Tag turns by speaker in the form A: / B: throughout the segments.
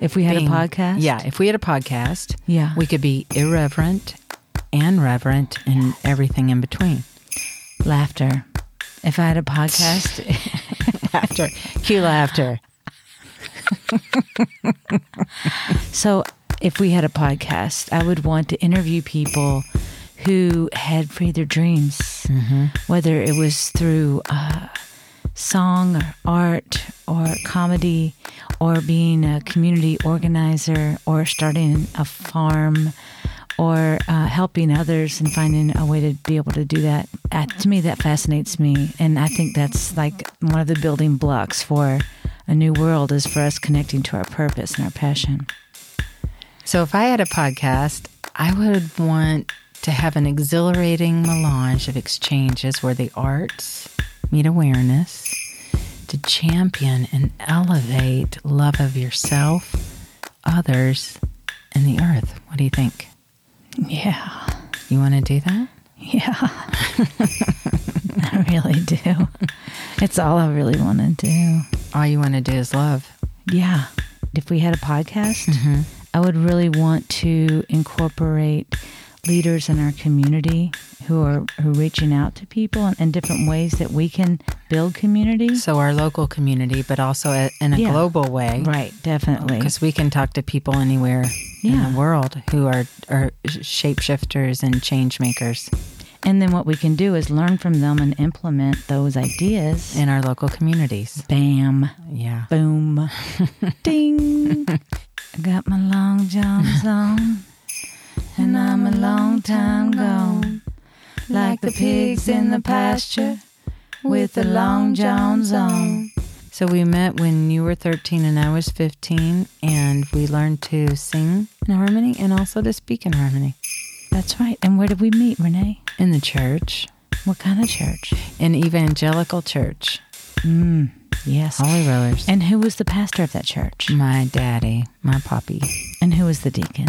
A: If we had
B: being-
A: a podcast?
B: Yeah, if we had a podcast,
A: Yeah.
B: we could be irreverent and reverent and everything in between.
A: Laughter. If I had a podcast,
B: After cue laughter.
A: so if we had a podcast, I would want to interview people who had free their dreams, whether it was through uh, song or art or comedy or being a community organizer or starting a farm or uh, helping others and finding a way to be able to do that. Uh, to me, that fascinates me. And I think that's like one of the building blocks for a new world is for us connecting to our purpose and our passion.
B: So if I had a podcast, I would want to have an exhilarating melange of exchanges where the arts meet awareness to champion and elevate love of yourself, others, and the earth. What do you think?
A: Yeah.
B: You want to do that?
A: Yeah. I really do. It's all I really want to do.
B: All you want to do is love.
A: Yeah. If we had a podcast,
B: Mm-hmm.
A: I would really want to incorporate leaders in our community who are who are reaching out to people and, and different ways that we can build community.
B: So our local community, but also a- in a
A: Yeah.
B: global way,
A: Right, definitely.
B: Because we can talk to people anywhere in
A: Yeah.
B: the world who are are shapeshifters and change makers
A: And then what we can do is learn from them and implement those ideas.
B: in our local communities.
A: Bam.
B: Yeah.
A: Boom. Ding. I got my long johns on, and I'm a long time gone. Like the pigs in the pasture with the long johns on.
B: So we met when you were 13 and I was 15, and we learned to sing in harmony and also to speak in harmony
A: That's right. And where did we meet, Renee?
B: in the church,
A: What kind of church?
B: in evangelical church,
A: Mm, yes.
B: Holy Rollers.
A: And who was the pastor of that church?
B: my daddy, my poppy,
A: And who was the deacon?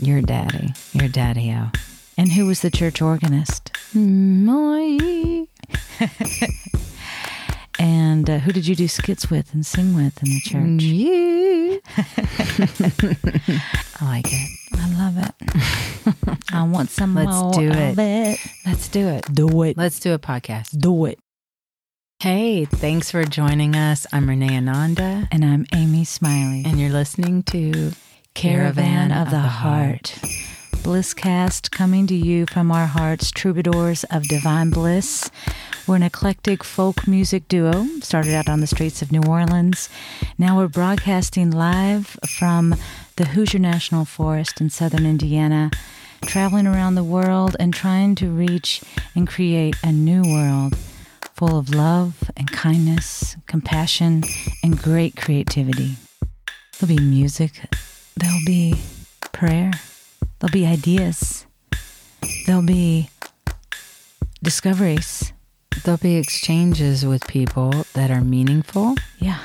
B: your daddy, your daddy-o.
A: And who was the church organist?
B: My
A: And uh, who did you do skits with and sing with in the church?
B: Yeah. I like it.
A: I love it. I want some
B: Let's
A: more
B: do
A: of
B: it.
A: it.
B: Let's do it.
A: Do it.
B: Let's do a podcast.
A: do it.
B: Hey, thanks for joining us. I'm Renee Ananda,
A: And I'm Amy Smiley.
B: and you're listening to
A: Caravan of the Heart. Blisscast coming to you from our hearts, troubadours of divine bliss. We're an eclectic folk music duo, started out on the streets of New Orleans. Now we're broadcasting live from the Hoosier National Forest in southern Indiana, traveling around the world and trying to reach and create a new world full of love and kindness, compassion, and great creativity. There'll be music. There'll be prayer. There'll be ideas. There'll be discoveries.
B: There'll be exchanges with people that are meaningful,
A: Yeah.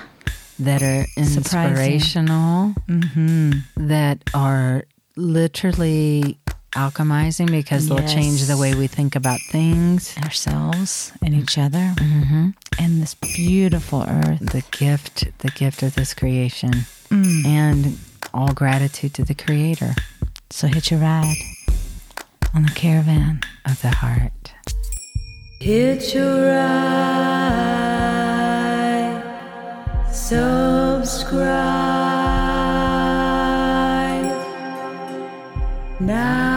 B: that are
A: Surprising.
B: inspirational,
A: Mm-hmm.
B: that are literally alchemizing because they'll change the
A: Yes.
B: way we think about things.
A: Ourselves and each other
B: Mm-hmm.
A: and this beautiful earth.
B: The gift, the gift of this creation.
A: Mm.
B: and all gratitude to the creator
A: So hitch a ride on the caravan.
B: of the heart.
C: Hitch a ride, subscribe now.